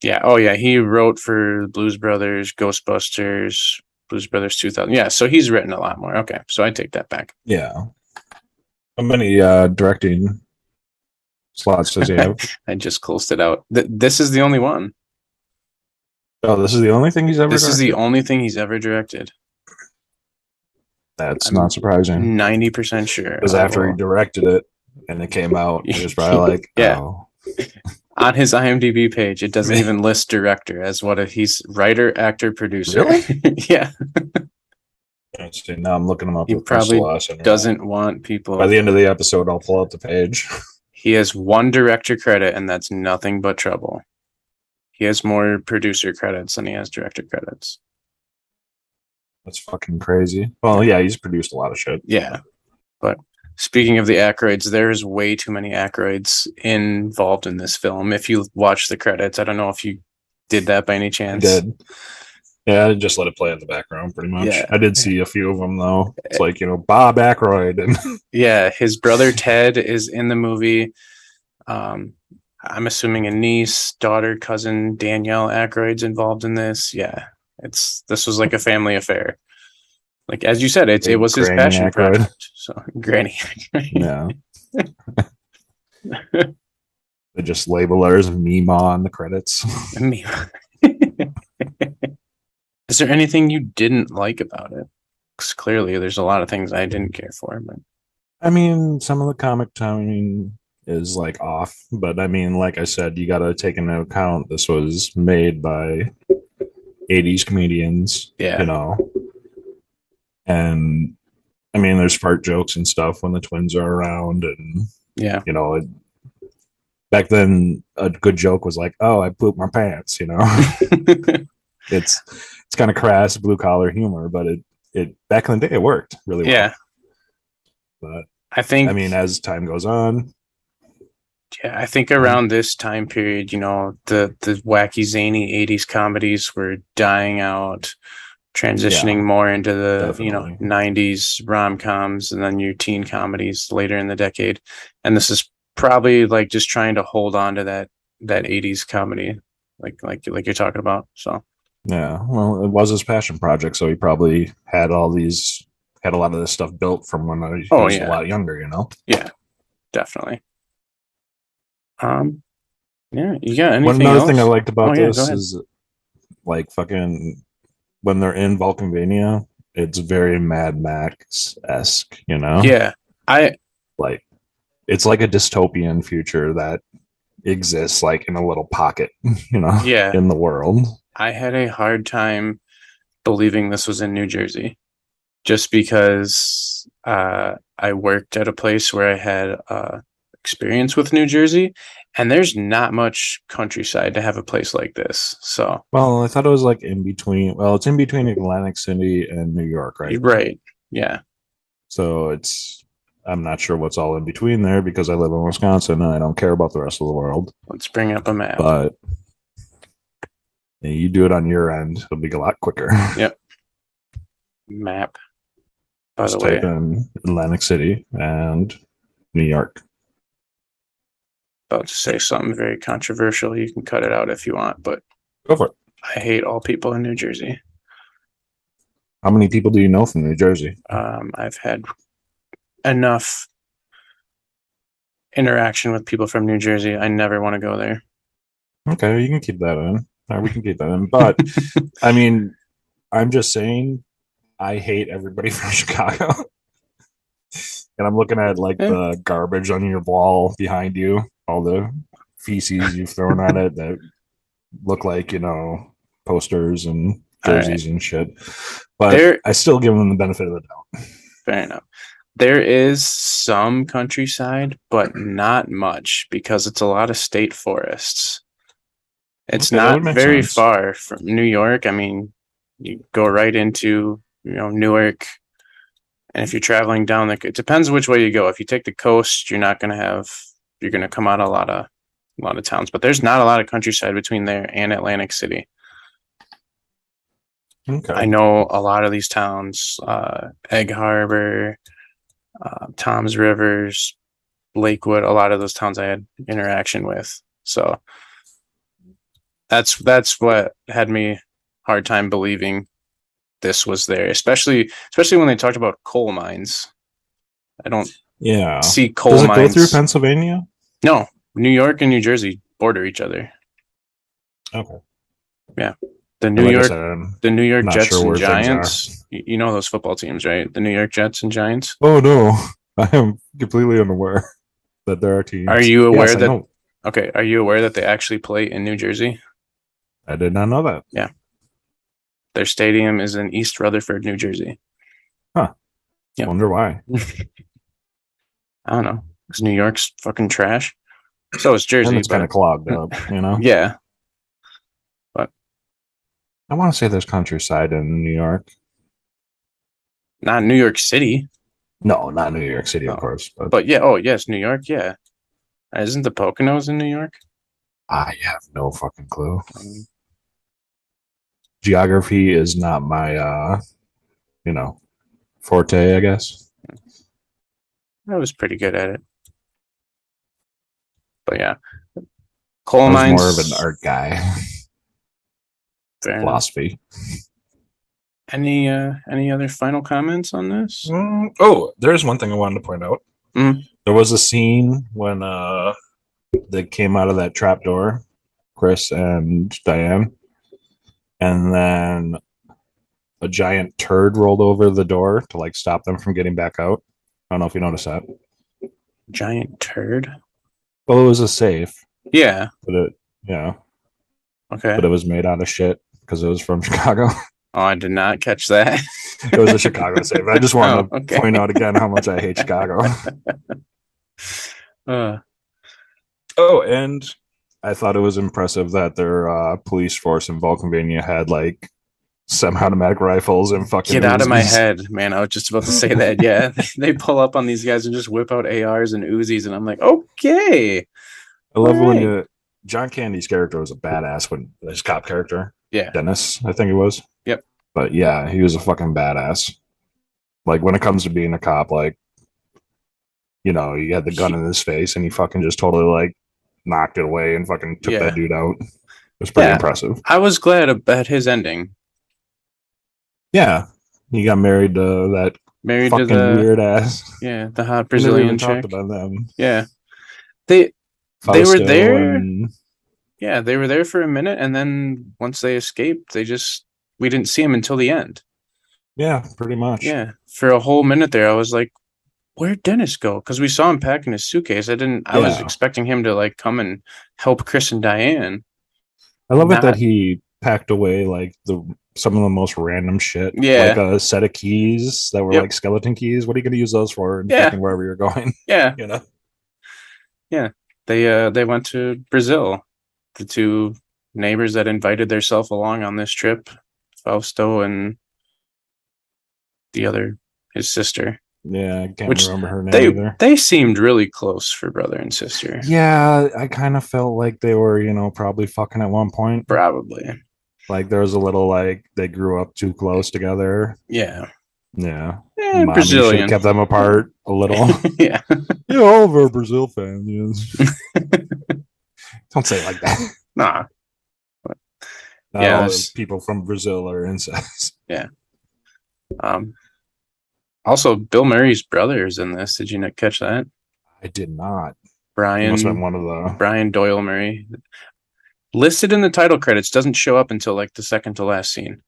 Speaker 3: Yeah. Oh yeah. He wrote for Blues Brothers, Ghostbusters, Blues Brothers 2000. Yeah. So he's written a lot more. Okay. So I take that back.
Speaker 2: yeah. How many uh, directing slots does he have?
Speaker 3: I just closed it out. Th- this is the only one.
Speaker 2: oh, this is the only thing he's ever.
Speaker 3: This is
Speaker 2: directed?
Speaker 3: the only thing he's ever directed.
Speaker 2: That's
Speaker 3: I'm-
Speaker 2: not surprising.
Speaker 3: Ninety percent sure.
Speaker 2: Because Hmm. after he directed it and it came out, he was probably like,
Speaker 3: Yeah.
Speaker 2: oh.
Speaker 3: on his IMDb page, it doesn't even list director as what if he's writer, actor, producer. yeah.
Speaker 2: Let's see, now I'm looking him up.
Speaker 3: He
Speaker 2: with Chris
Speaker 3: probably
Speaker 2: Lawson.
Speaker 3: Doesn't want people.
Speaker 2: By the end of the episode, I'll pull up the page.
Speaker 3: He has one director credit, and that's nothing but trouble. He has more producer credits than he has director credits.
Speaker 2: That's fucking crazy. Well, yeah, he's produced a lot of shit.
Speaker 3: Yeah. But speaking of the Ackroyds, there's way too many Ackroyds involved in this film. If you watch the credits, I don't know if you did that by any
Speaker 2: I
Speaker 3: chance.
Speaker 2: did. Yeah, I just let it play in the background pretty much.
Speaker 3: Yeah.
Speaker 2: I did see a few of them though. It's like, you know, Bob Aykroyd and
Speaker 3: Yeah, his brother Ted is in the movie. Um, I'm assuming a niece, daughter, cousin Danielle Aykroyd's involved in this. Yeah, it's this was like a family affair. Like as you said, it's it
Speaker 2: Big
Speaker 3: was his
Speaker 2: Granny
Speaker 3: passion
Speaker 2: Aykroyd.
Speaker 3: project. So Granny, Aykroyd.
Speaker 2: yeah. they just label her as Mima on the credits.
Speaker 3: Me. is there anything you didn't like about it? 'Cause clearly, there's a lot of things I didn't care for. But
Speaker 2: I mean, some of the comic timing is like off, but I mean, like I said, you gotta take into account this was made by 80s comedians.
Speaker 3: yeah,
Speaker 2: you know. And I mean, there's fart jokes and stuff when the twins are around, and
Speaker 3: yeah,
Speaker 2: you know, it, back then a good joke was like, "Oh, I pooped my pants," you know. it's it's kind of crass, blue collar humor, but it it back in the day it worked really well.
Speaker 3: yeah.
Speaker 2: But
Speaker 3: I think.
Speaker 2: I mean, as time goes on,
Speaker 3: Yeah, I think around this time period, you know, the the wacky zany 80s comedies were dying out, transitioning more into the, you know,
Speaker 2: definitely.
Speaker 3: 90s rom-coms and then your teen comedies later in the decade. And this is probably like just trying to hold on to that that 80s comedy like like like you're talking about. So,
Speaker 2: yeah, well, it was his passion project, so he probably had all these had a lot of this stuff built from when I
Speaker 3: Oh,
Speaker 2: was
Speaker 3: yeah.
Speaker 2: a lot younger, you know.
Speaker 3: definitely. Um yeah, you got anything
Speaker 2: One another
Speaker 3: else?
Speaker 2: thing I liked about
Speaker 3: Oh, yeah, go
Speaker 2: this
Speaker 3: ahead.
Speaker 2: is like fucking when they're in Vulcanvania, it's very Mad Max esque, you know?
Speaker 3: Yeah. I
Speaker 2: Like it's like a dystopian future that exists like in a little pocket, you know,
Speaker 3: yeah.
Speaker 2: in the world.
Speaker 3: I had a hard time believing this was in New Jersey just because uh, I worked at a place where I had uh, experience with New Jersey, and there's not much countryside to have a place like this. So
Speaker 2: Well, I thought it was like in between. Well, it's in between Atlantic City and New York, right?
Speaker 3: right, yeah,
Speaker 2: So it's. I'm not sure what's all in between there because I live in Wisconsin and I don't care about the rest of the world.
Speaker 3: let's bring up a map.
Speaker 2: But you do it on your end, it'll be a lot quicker.
Speaker 3: map. By the
Speaker 2: Just
Speaker 3: way,
Speaker 2: type in Atlantic City and New York.
Speaker 3: about to say something very controversial. You can cut it out if you want, but
Speaker 2: Go for it.
Speaker 3: I hate all people in New Jersey.
Speaker 2: How many people do you know from New Jersey?
Speaker 3: Um, I've had enough interaction with people from New Jersey. I never want to go there.
Speaker 2: Okay, you can keep that in. Or we can keep that in. But I mean, I'm just saying, I hate everybody from Chicago. and I'm looking at
Speaker 3: Eh.
Speaker 2: like the garbage on your wall behind you, all the feces you've thrown on it that look like, you know, posters and
Speaker 3: All right.
Speaker 2: jerseys and shit. But
Speaker 3: There-
Speaker 2: I still give them the benefit of the doubt.
Speaker 3: Fair enough. There is some countryside, but not much because it's a lot of state forests. It's
Speaker 2: Okay, that
Speaker 3: not
Speaker 2: would make
Speaker 3: very
Speaker 2: sense.
Speaker 3: far from New York. I mean, you go right into, you know, Newark. And if you're traveling down the, it depends which way you go. If you take the coast, you're not going to have, you're going to come out a lot of, a lot of towns. But there's not a lot of countryside between there and Atlantic City.
Speaker 2: Okay.
Speaker 3: I know a lot of these towns, uh, Egg Harbor, uh, Tom's Rivers, Lakewood, a lot of those towns I had interaction with. So that's that's what had me hard time believing this was there, especially especially when they talked about coal mines. I don't
Speaker 2: yeah.
Speaker 3: see coal
Speaker 2: Oh. Does it go
Speaker 3: mines.
Speaker 2: through Pennsylvania?
Speaker 3: no, New York and New Jersey border each other.
Speaker 2: Okay.
Speaker 3: Yeah. The New
Speaker 2: Like I
Speaker 3: York
Speaker 2: said, I'm-
Speaker 3: the New York
Speaker 2: Not
Speaker 3: Jets
Speaker 2: sure
Speaker 3: and
Speaker 2: where things are.
Speaker 3: Giants. You you know those football teams, right? The New York Jets and Giants.
Speaker 2: Oh no, I am completely unaware that there are teams.
Speaker 3: Are you aware
Speaker 2: Yes, I
Speaker 3: that-
Speaker 2: know.
Speaker 3: Okay, are you aware that they actually play in New Jersey?
Speaker 2: I did not know that?
Speaker 3: Their stadium is in East Rutherford, New Jersey. Yeah.
Speaker 2: Wonder why?
Speaker 3: I don't know. Because New York's fucking trash. So is Jersey.
Speaker 2: and it's
Speaker 3: but-
Speaker 2: kind of clogged up.
Speaker 3: Mm.
Speaker 2: You know,
Speaker 3: yeah.
Speaker 2: I want to say there's countryside in New York.
Speaker 3: Not New York City.
Speaker 2: No, not New York City, of
Speaker 3: No.
Speaker 2: course. But,
Speaker 3: But yeah, oh yes, New York, yeah. Isn't the Poconos in New York?
Speaker 2: I have no fucking clue.
Speaker 3: Um,
Speaker 2: Geography is not my, uh you know, forte. I guess.
Speaker 3: I was pretty good at it. But yeah. Coal
Speaker 2: I was
Speaker 3: mines
Speaker 2: more of an art guy.
Speaker 3: fair enough.
Speaker 2: philosophy.
Speaker 3: Any uh any other final comments on this?
Speaker 2: Mm, oh, there's one thing I wanted to point out.
Speaker 3: Mm.
Speaker 2: There was a scene when uh they came out of that trap door, Chris and Diane, and then a giant turd rolled over the door to like stop them from getting back out. I don't know if you noticed that.
Speaker 3: Giant turd?
Speaker 2: Well, it was a safe,
Speaker 3: Yeah.
Speaker 2: but it yeah,
Speaker 3: Okay.
Speaker 2: but it was made out of shit because it was from Chicago.
Speaker 3: Oh, I did not catch that.
Speaker 2: it was a Chicago safe. I just wanted
Speaker 3: Oh,
Speaker 2: to
Speaker 3: okay.
Speaker 2: point out again how much I hate Chicago.
Speaker 3: Uh,
Speaker 2: Oh, and I thought it was impressive that their uh, police force in Vulcanvania had like semi-automatic rifles and fucking.
Speaker 3: get out of my
Speaker 2: Uzis.
Speaker 3: head, man. I was just about to say that. Yeah. they pull up on these guys and just whip out ARs and Uzis. And I'm like, okay.
Speaker 2: I love when
Speaker 3: Alright.
Speaker 2: you, John Candy's character was a badass when his cop character,
Speaker 3: Yeah.
Speaker 2: Dennis, I think it was.
Speaker 3: Yep.
Speaker 2: But yeah, he was a fucking badass. Like when it comes to being a cop, like you know, you had the gun in his face and he fucking just totally like knocked it away and fucking took
Speaker 3: Yeah.
Speaker 2: that dude out. It was pretty
Speaker 3: Yeah.
Speaker 2: impressive.
Speaker 3: I was glad about his ending.
Speaker 2: Yeah. He got married to that
Speaker 3: Married
Speaker 2: fucking
Speaker 3: to the
Speaker 2: weird ass
Speaker 3: yeah, the hot
Speaker 2: We never
Speaker 3: Brazilian
Speaker 2: even
Speaker 3: chick.
Speaker 2: talked about them.
Speaker 3: Yeah. They They were
Speaker 2: Fausto
Speaker 3: there?
Speaker 2: and-
Speaker 3: yeah, they were there for a minute and then once they escaped, they just we didn't see him until the end.
Speaker 2: yeah, pretty much.
Speaker 3: Yeah, for a whole minute there, I was like, "Where'd Dennis go?" Because we saw him packing his suitcase. I didn't. I was
Speaker 2: Yeah.
Speaker 3: expecting him to like come and help Chris and Diane.
Speaker 2: I love
Speaker 3: Not-
Speaker 2: it that he packed away like the some of the most random shit.
Speaker 3: Yeah.
Speaker 2: Like a set of keys that were
Speaker 3: Yep.
Speaker 2: like skeleton keys. What are you gonna use those for? And
Speaker 3: Yeah.
Speaker 2: fucking wherever you're going,
Speaker 3: Yeah,
Speaker 2: you know?
Speaker 3: Yeah, they uh they went to Brazil. The two neighbors that invited themselves along on this trip, Fausto and the other his sister.
Speaker 2: Yeah, I can't
Speaker 3: Which
Speaker 2: remember her name
Speaker 3: They
Speaker 2: either.
Speaker 3: they seemed really close for brother and sister.
Speaker 2: Yeah, I kind of felt like they were, you know, probably fucking at one point.
Speaker 3: Probably.
Speaker 2: Like there was a little like they grew up too close together.
Speaker 3: Yeah.
Speaker 2: Yeah,
Speaker 3: Eh,
Speaker 2: Mommy should've
Speaker 3: Brazilian.
Speaker 2: kept them apart a little.
Speaker 3: yeah.
Speaker 2: yeah, all of our Brazil fans. Yes. Don't say it like that.
Speaker 3: Nah.
Speaker 2: Not
Speaker 3: Yeah,
Speaker 2: all
Speaker 3: it's-
Speaker 2: people from Brazil are incest.
Speaker 3: Um also Bill Murray's brother is in this. Did you not catch that?
Speaker 2: I did not. It
Speaker 3: Brian
Speaker 2: must have been one of the.
Speaker 3: Brian Doyle Murray. Listed in the title credits doesn't show up until like the second to last scene.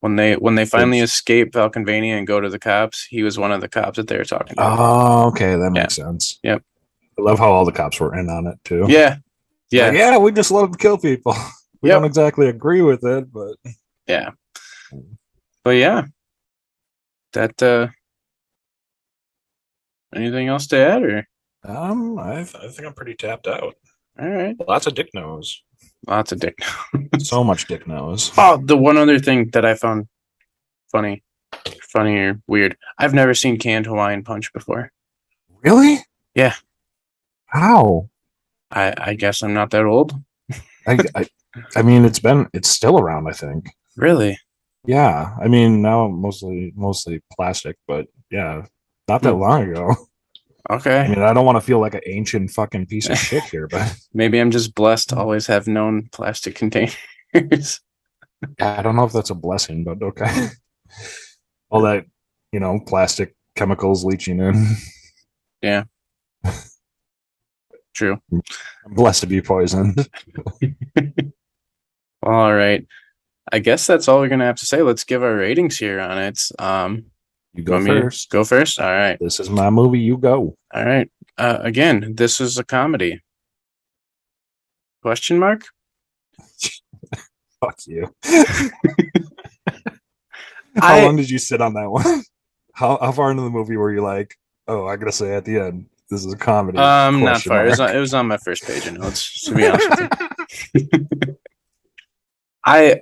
Speaker 3: When they when they finally
Speaker 2: Oops.
Speaker 3: escape Falconvania and go to the cops, he was one of the cops that they were talking to.
Speaker 2: Oh, okay, that makes sense.
Speaker 3: Yep.
Speaker 2: I love how all the cops were in on it too.
Speaker 3: yeah. Yeah.
Speaker 2: Like, yeah, we just love to kill people. We
Speaker 3: Yep.
Speaker 2: don't exactly agree with it, but
Speaker 3: Yeah. But yeah. That uh anything else to add or
Speaker 2: um, I've, I think I'm pretty tapped out.
Speaker 3: all right.
Speaker 2: Lots of dick nose.
Speaker 3: Lots of dick.
Speaker 2: So much dick nose.
Speaker 3: Oh, the one other thing that I found funny. Funny or weird. I've never seen canned Hawaiian punch before.
Speaker 2: Really?
Speaker 3: Yeah.
Speaker 2: How?
Speaker 3: I, I guess I'm not that old.
Speaker 2: I, I, I mean, it's been, it's still around. I think.
Speaker 3: Really?
Speaker 2: Yeah, I mean now mostly mostly plastic, but yeah, not that
Speaker 3: Hmm.
Speaker 2: long ago. I
Speaker 3: Okay.
Speaker 2: mean, I don't want to feel like an ancient fucking piece of shit here, but
Speaker 3: Maybe I'm just blessed to always have known plastic containers.
Speaker 2: I don't know if that's a blessing, but okay. All that, you know, plastic chemicals leaching in.
Speaker 3: True.
Speaker 2: I'm blessed to be poisoned.
Speaker 3: All right. I guess that's all we're gonna have to say. Let's give our ratings here on it. Um
Speaker 2: You
Speaker 3: you
Speaker 2: go
Speaker 3: want me to
Speaker 2: first.
Speaker 3: Go first. All right.
Speaker 2: This is my movie, you go.
Speaker 3: All right. Uh, again, this is a comedy. Question mark?
Speaker 2: Fuck you. How
Speaker 3: I
Speaker 2: long did you sit on that one? How how far into the movie were you like, oh, I gotta say at the end, this is a comedy.
Speaker 3: um not
Speaker 2: Question
Speaker 3: far. It was,
Speaker 2: mark.
Speaker 3: on, it was on my first page of notes. To be honest, with you. I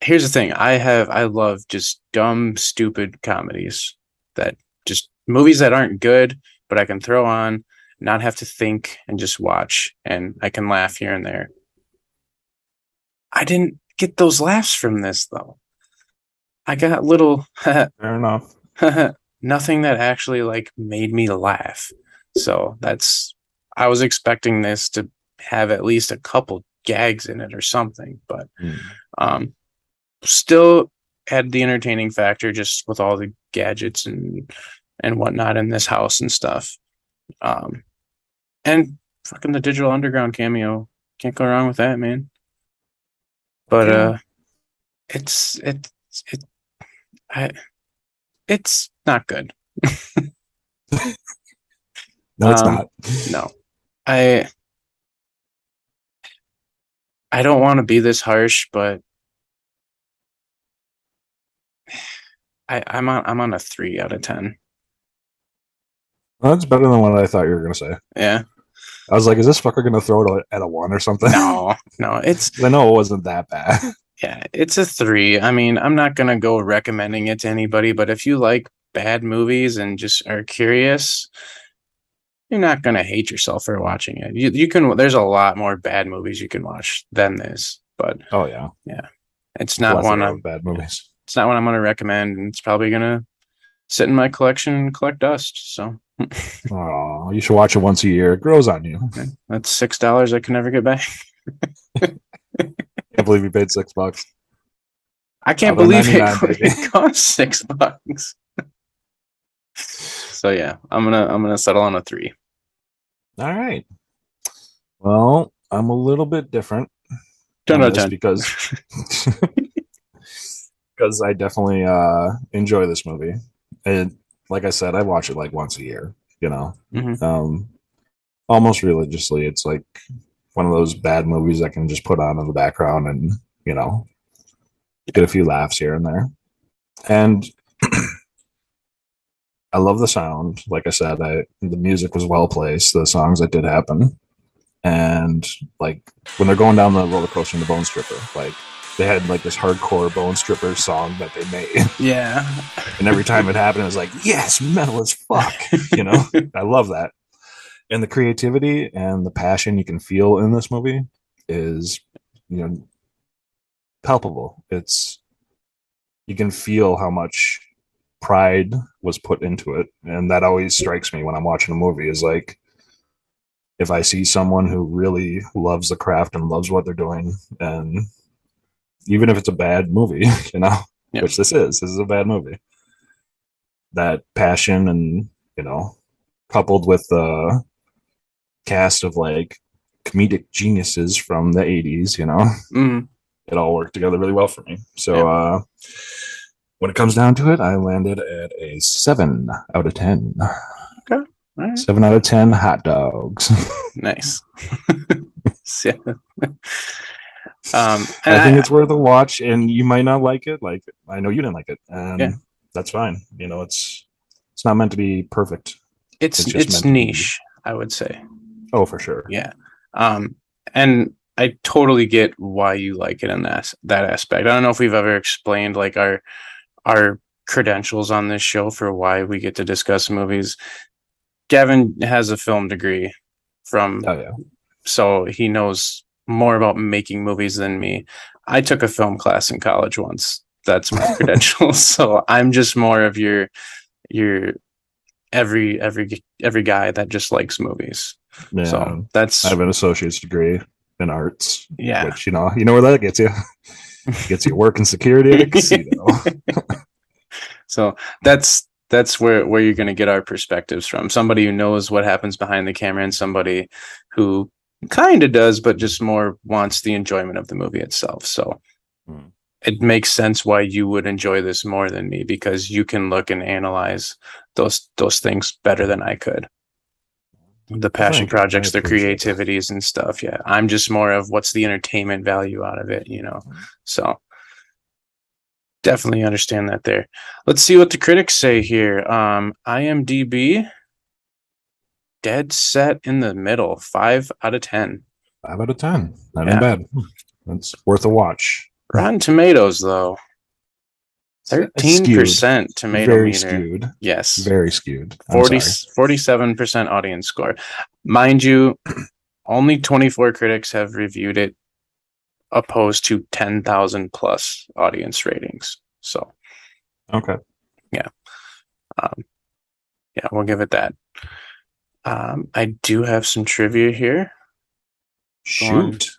Speaker 3: here's the thing. I have I love just dumb, stupid comedies that just movies that aren't good, but I can throw on, not have to think, and just watch, and I can laugh here and there. I didn't get those laughs from this though. I got little.
Speaker 2: Fair enough.
Speaker 3: nothing that actually like made me laugh. So that's I was expecting this to have at least a couple gags in it or something, but
Speaker 2: Mm.
Speaker 3: um still had the entertaining factor just with all the gadgets and and whatnot in this house and stuff. Um and fucking the digital underground cameo. Can't go wrong with that, man. But
Speaker 2: Yeah.
Speaker 3: uh it's it's it I it's not good.
Speaker 2: No, it's
Speaker 3: Um,
Speaker 2: not.
Speaker 3: No. I I don't want to be this harsh, but I, I'm on I'm on a three out of ten.
Speaker 2: Well, That's better than what I thought you were gonna say.
Speaker 3: Yeah.
Speaker 2: I was like, is this fucker gonna throw it at a one or something?
Speaker 3: No, no, it's
Speaker 2: 'Cause I know it wasn't that bad.
Speaker 3: yeah, it's a three. I mean, I'm not gonna go recommending it to anybody, but if you like bad movies and just are curious, you're not gonna hate yourself for watching it. You you can there's a lot more bad movies you can watch than this, but
Speaker 2: Oh yeah,
Speaker 3: it's not
Speaker 2: Lots of
Speaker 3: one I'm
Speaker 2: really bad movies.
Speaker 3: it's not what I'm going to recommend. And it's probably going to sit in my collection and collect dust. So
Speaker 2: Oh, you should watch it once a year. It grows on you.
Speaker 3: that's six dollars I can never get back.
Speaker 2: Can't believe you paid six bucks.
Speaker 3: I can't
Speaker 2: Although
Speaker 3: believe it,
Speaker 2: 99, baby.
Speaker 3: it cost six bucks. so yeah, I'm gonna I'm gonna settle on a three.
Speaker 2: All right. Well, I'm a little bit different.
Speaker 3: Ten
Speaker 2: on
Speaker 3: out of
Speaker 2: this
Speaker 3: ten.
Speaker 2: because because I definitely uh, enjoy this movie, and like I said, I watch it like once a year. You know,
Speaker 3: Mhm.
Speaker 2: um, almost religiously. It's like one of those bad movies I can just put on in the background and you know get a few laughs here and there. And I love the sound. Like I said, I the music was well placed. The songs that did happen, and like when they're going down the roller coaster in the Bone Stripper, like they had like this hardcore Bone Stripper song that they made,
Speaker 3: Yeah.
Speaker 2: and every time it happened, it was like, yes, metal as fuck. You know, I love that, and the creativity and the passion you can feel in this movie is, you know, palpable. It's you can feel how much pride was put into it and that always strikes me when i'm watching a movie is like if i see someone who really loves the craft and loves what they're doing and even if it's a bad movie you know
Speaker 3: Yeah.
Speaker 2: which this is this is a bad movie that passion and you know coupled with the cast of like comedic geniuses from the 80s you know
Speaker 3: Mm.
Speaker 2: it all worked together really well for me. So
Speaker 3: Yeah.
Speaker 2: uh, when it comes down to it, I landed at a seven out of ten.
Speaker 3: Mm-hmm. All right.
Speaker 2: Seven out of ten hot dogs.
Speaker 3: Nice. So- um, and
Speaker 2: I think
Speaker 3: I-
Speaker 2: it's worth a watch, and you might not like it. Like I know you didn't like it, and
Speaker 3: Yeah.
Speaker 2: that's fine. You know, it's it's not meant to be perfect.
Speaker 3: it's
Speaker 2: it's
Speaker 3: it's,
Speaker 2: just meant to be-
Speaker 3: niche, I would say.
Speaker 2: Oh, for sure.
Speaker 3: Yeah. Um, and I totally get why you like it in that that aspect. I don't know if we've ever explained like our our credentials on this show for why we get to discuss movies. Gavin has a film degree from
Speaker 2: Oh yeah.
Speaker 3: so he knows more about making movies than me. I took a film class in college once. That's my credentials. So I'm just more of your your every every every guy that just likes movies.
Speaker 2: yeah.
Speaker 3: So that's
Speaker 2: I have an associate's degree in arts,
Speaker 3: yeah.
Speaker 2: which you know, you know where that gets you. gets you work in security at a casino.
Speaker 3: So that's that's where where you're going to get our perspectives from. Somebody who knows what happens behind the camera and somebody who kind of does but just more wants the enjoyment of the movie itself. So
Speaker 2: Hmm.
Speaker 3: it makes sense why you would enjoy this more than me because you can look and analyze those those things better than I could. The passion
Speaker 2: Thank you. I
Speaker 3: projects, the
Speaker 2: appreciate that.
Speaker 3: creativities and stuff. Yeah. I'm just more of what's the entertainment value out of it, you know.
Speaker 2: Hmm.
Speaker 3: So definitely understand that there. Let's see what the critics say here. Um, IMDb, dead set in the middle, five out of ten.
Speaker 2: Five out of ten. Not
Speaker 3: Yeah.
Speaker 2: even bad. Hmm. That's worth a watch.
Speaker 3: Rotten Tomatoes though, thirteen
Speaker 2: Skewed.
Speaker 3: percent tomato
Speaker 2: very
Speaker 3: meter.
Speaker 2: skewed
Speaker 3: Yes,
Speaker 2: very skewed I'm
Speaker 3: 47 percent audience score. Mind you, only twenty four critics have reviewed it, opposed to ten thousand plus audience ratings. So
Speaker 2: sorry. okay
Speaker 3: yeah, we'll give it that. Um, I do have some trivia here
Speaker 2: shoot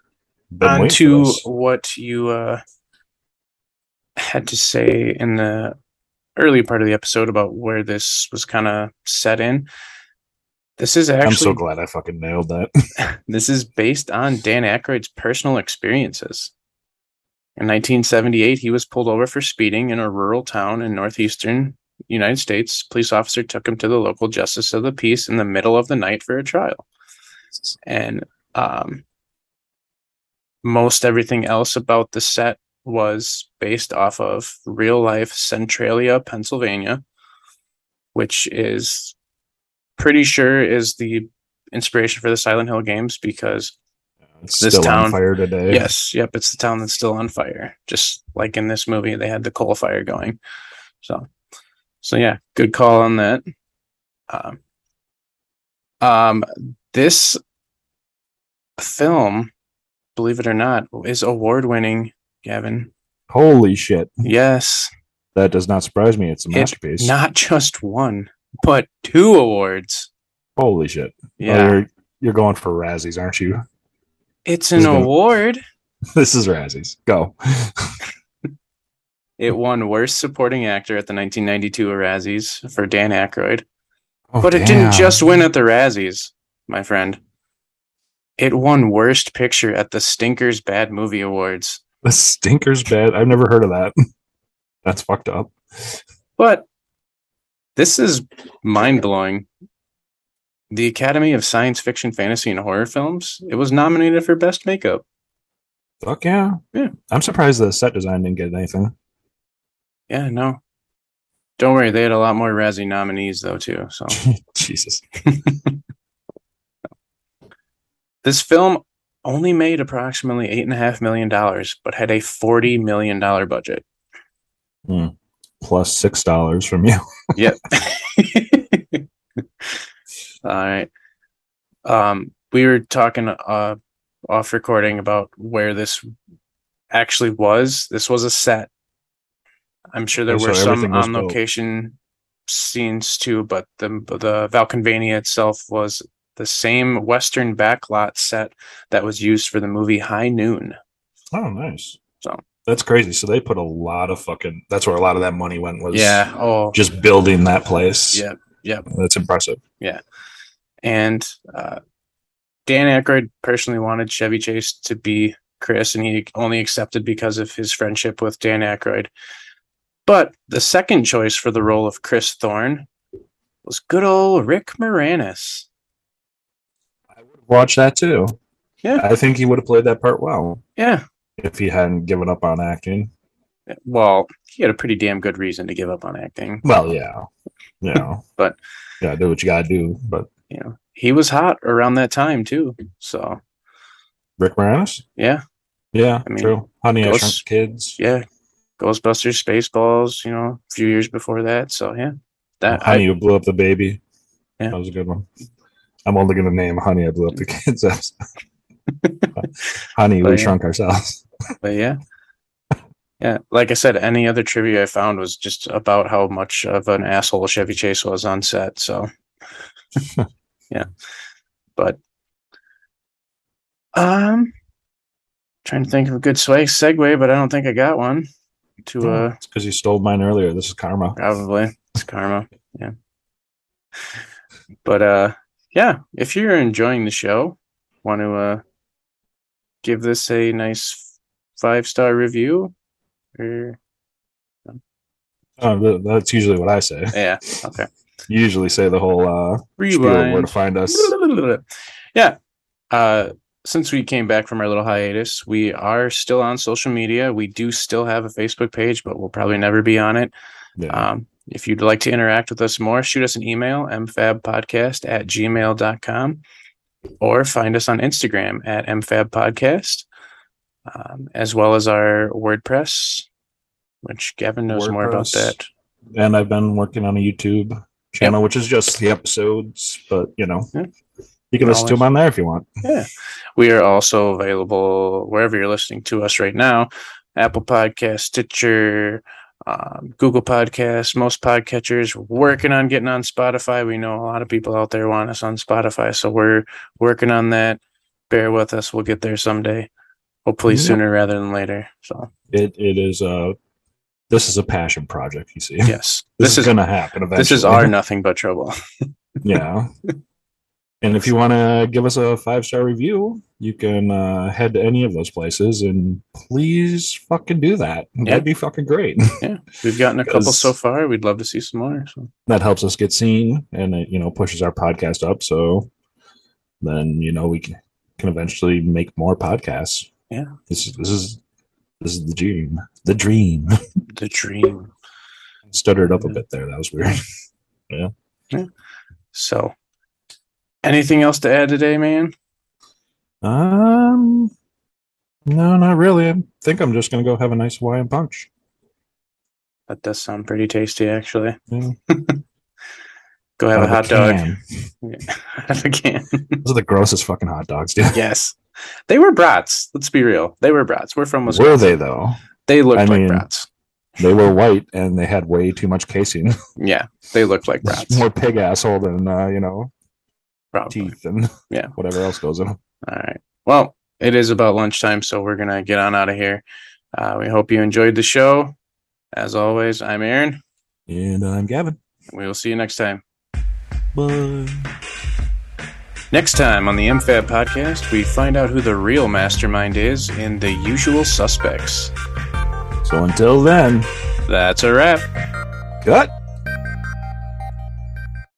Speaker 2: Been
Speaker 3: on
Speaker 2: waiting
Speaker 3: to
Speaker 2: for this.
Speaker 3: what you uh, had to say in the early part of the episode about where this was kind of set in. This is
Speaker 2: i'm so
Speaker 3: actually
Speaker 2: glad i fucking nailed that
Speaker 3: this is based on Dan Aykroyd's personal experiences. In 1978, he was pulled over for speeding in a rural town in northeastern United States. Police officer took him to the local justice of the peace in the middle of the night for a trial. And um, most everything else about the set was based off of real life Centralia, Pennsylvania, which is pretty sure is the inspiration for the Silent Hill games because
Speaker 2: it's
Speaker 3: This
Speaker 2: still on
Speaker 3: town-
Speaker 2: fire today
Speaker 3: Yes, yep, it's the town that's still on fire. Just like in this movie, they had the coal fire going. So, so yeah, good call on that. Um, um, this film, believe it or not, is award winning. Gavin,
Speaker 2: holy shit
Speaker 3: yes,
Speaker 2: that does not surprise me it's a
Speaker 3: It-
Speaker 2: masterpiece
Speaker 3: not just one, but two awards.
Speaker 2: holy shit Oh,
Speaker 3: Yeah,
Speaker 2: you're, you're going for razzies aren't you
Speaker 3: it's an
Speaker 2: Who's gonna-
Speaker 3: award.
Speaker 2: this is razzies go
Speaker 3: It won Worst Supporting Actor at the 1992 Razzies for Dan Aykroyd.
Speaker 2: Oh,
Speaker 3: but it
Speaker 2: damn.
Speaker 3: didn't just win at the Razzies, my friend. It won Worst Picture at the Stinkers Bad Movie Awards.
Speaker 2: the stinker's bad i've never heard of that that's fucked up
Speaker 3: But this is mind blowing. The Academy of Science Fiction, Fantasy, and Horror Films. It was nominated for Best Makeup.
Speaker 2: fuck yeah
Speaker 3: Yeah.
Speaker 2: i'm surprised the set design didn't get anything
Speaker 3: Yeah, no. Don't worry, they had a lot more Razzie nominees though too. So
Speaker 2: Jesus.
Speaker 3: this film only made approximately eight and a half million dollars, but had a forty million dollar budget.
Speaker 2: Plus six dollars from you.
Speaker 3: Yep. All right. Um, we were talking uh off recording about where this actually was. This was a set. I'm sure there
Speaker 2: Yeah,
Speaker 3: were
Speaker 2: so
Speaker 3: some
Speaker 2: everything was
Speaker 3: on
Speaker 2: built.
Speaker 3: location scenes too, but the the Valconvania itself was the same Western backlot set that was used for the movie High Noon.
Speaker 2: Oh, nice.
Speaker 3: So.
Speaker 2: that's crazy. So they put a lot of fucking. That's where a lot of that money went. Was
Speaker 3: Yeah. Oh.
Speaker 2: just building that place.
Speaker 3: Yep, yep.
Speaker 2: That's impressive.
Speaker 3: And uh, Dan Aykroyd personally wanted Chevy Chase to be Chris, and he only accepted because of his friendship with Dan Aykroyd. But the second choice for the role of Chris Thorne was good old Rick Moranis.
Speaker 2: I would watch that too.
Speaker 3: Yeah.
Speaker 2: I think he would have played that part well
Speaker 3: Yeah.
Speaker 2: if he hadn't given up on acting.
Speaker 3: Well, he had a pretty damn good reason to give up on acting.
Speaker 2: Well, yeah, yeah,
Speaker 3: But-
Speaker 2: yeah, do what you gotta do. But
Speaker 3: You know, he was hot around that time too. So
Speaker 2: Rick Moranis,
Speaker 3: yeah,
Speaker 2: yeah,
Speaker 3: I mean,
Speaker 2: true. Honey, I
Speaker 3: Ghost-
Speaker 2: Shrunk the Kids.
Speaker 3: yeah. Ghostbusters, Spaceballs, you know, a few years before that. So yeah. That I,
Speaker 2: Honey, you blew up the baby.
Speaker 3: Yeah. Mm.
Speaker 2: That was a good one. I'm only gonna name Honey, I blew up the kids. Honey,
Speaker 3: But
Speaker 2: we
Speaker 3: yeah.
Speaker 2: shrunk ourselves.
Speaker 3: but yeah yeah like i said any other trivia i found was just about how much of an asshole chevy chase was on set so yeah but um trying to think of a good swag segue but i don't think i got one to uh
Speaker 2: It's because you stole mine earlier. This is karma.
Speaker 3: Probably. It's karma. Yeah. But uh yeah, if you're enjoying the show, want to uh give this a nice five star review? Or
Speaker 2: Oh, th- that's usually what I say.
Speaker 3: yeah, okay.
Speaker 2: You usually say the whole uh, spiel of where to
Speaker 3: Rewind.
Speaker 2: find us.
Speaker 3: Yeah. Uh since we came back from our little hiatus, we are still on social media. We do still have a Facebook page, but we'll probably never be on it.
Speaker 2: Yeah.
Speaker 3: Um, if you'd like to interact with us more, shoot us an email, mfabpodcast at gmail.com, or find us on Instagram at mfabpodcast, um, as well as our WordPress, which Gavin knows more about
Speaker 2: WordPress.
Speaker 3: that.
Speaker 2: and I've been working on a YouTube channel, which is just the episodes, but you know,
Speaker 3: Yeah.
Speaker 2: you can listen to
Speaker 3: Always.
Speaker 2: them on there if you want.
Speaker 3: We are also available wherever you're listening to us right now Apple Podcasts, Stitcher, um, Google Podcasts, most podcatchers. We're Working on getting on Spotify. We know a lot of people out there want us on Spotify, so we're working on that. Bear with us. We'll get there someday, hopefully
Speaker 2: Yeah.
Speaker 3: sooner rather than later. So,
Speaker 2: It it is uh this is a passion project. You see,
Speaker 3: yes,
Speaker 2: this,
Speaker 3: this,
Speaker 2: is,
Speaker 3: is
Speaker 2: gonna happen eventually.
Speaker 3: this is our nothing but trouble.
Speaker 2: yeah. And if you want to give us a five star review, you can uh, head to any of those places and please fucking do that.
Speaker 3: Yeah.
Speaker 2: That'd be fucking great.
Speaker 3: We've gotten a couple
Speaker 2: 'Cause-
Speaker 3: so far. We'd love to see some more. So,
Speaker 2: that helps us get seen and it you know pushes our podcast up so then you know we can, can eventually make more podcasts
Speaker 3: Yeah.
Speaker 2: this is this is this is the dream the dream
Speaker 3: the dream.
Speaker 2: stuttered up a bit there that was weird
Speaker 3: So, anything else to add today, man?
Speaker 2: um no not really i think i'm just gonna go have a nice hawaiian punch
Speaker 3: That does sound pretty tasty, actually.
Speaker 2: Yeah.
Speaker 3: Go have a
Speaker 2: Mm. Out of
Speaker 3: hot
Speaker 2: a
Speaker 3: dog
Speaker 2: can.
Speaker 3: out of a can.
Speaker 2: those are the grossest fucking hot dogs dude
Speaker 3: yes, they were brats. Let's be real; they were brats. We're from Wisconsin.
Speaker 2: were they though
Speaker 3: They looked
Speaker 2: I
Speaker 3: like
Speaker 2: mean-
Speaker 3: brats.
Speaker 2: they were white and they had way too much casing
Speaker 3: Yeah, they looked like brats.
Speaker 2: more pig asshole than uh, you know
Speaker 3: probably.
Speaker 2: teeth and
Speaker 3: Yeah.
Speaker 2: whatever else goes in 'em.
Speaker 3: All right. Well, it is about lunchtime, so we're gonna get on out of here. Uh, we hope you enjoyed the show. As always, I'm Aaron.
Speaker 2: And I'm Gavin.
Speaker 3: We will see you next time.
Speaker 2: Bye.
Speaker 3: Next time on the MFAB podcast, we find out who the real mastermind is in the usual suspects.
Speaker 2: So until then,
Speaker 3: That's a wrap.
Speaker 2: cut.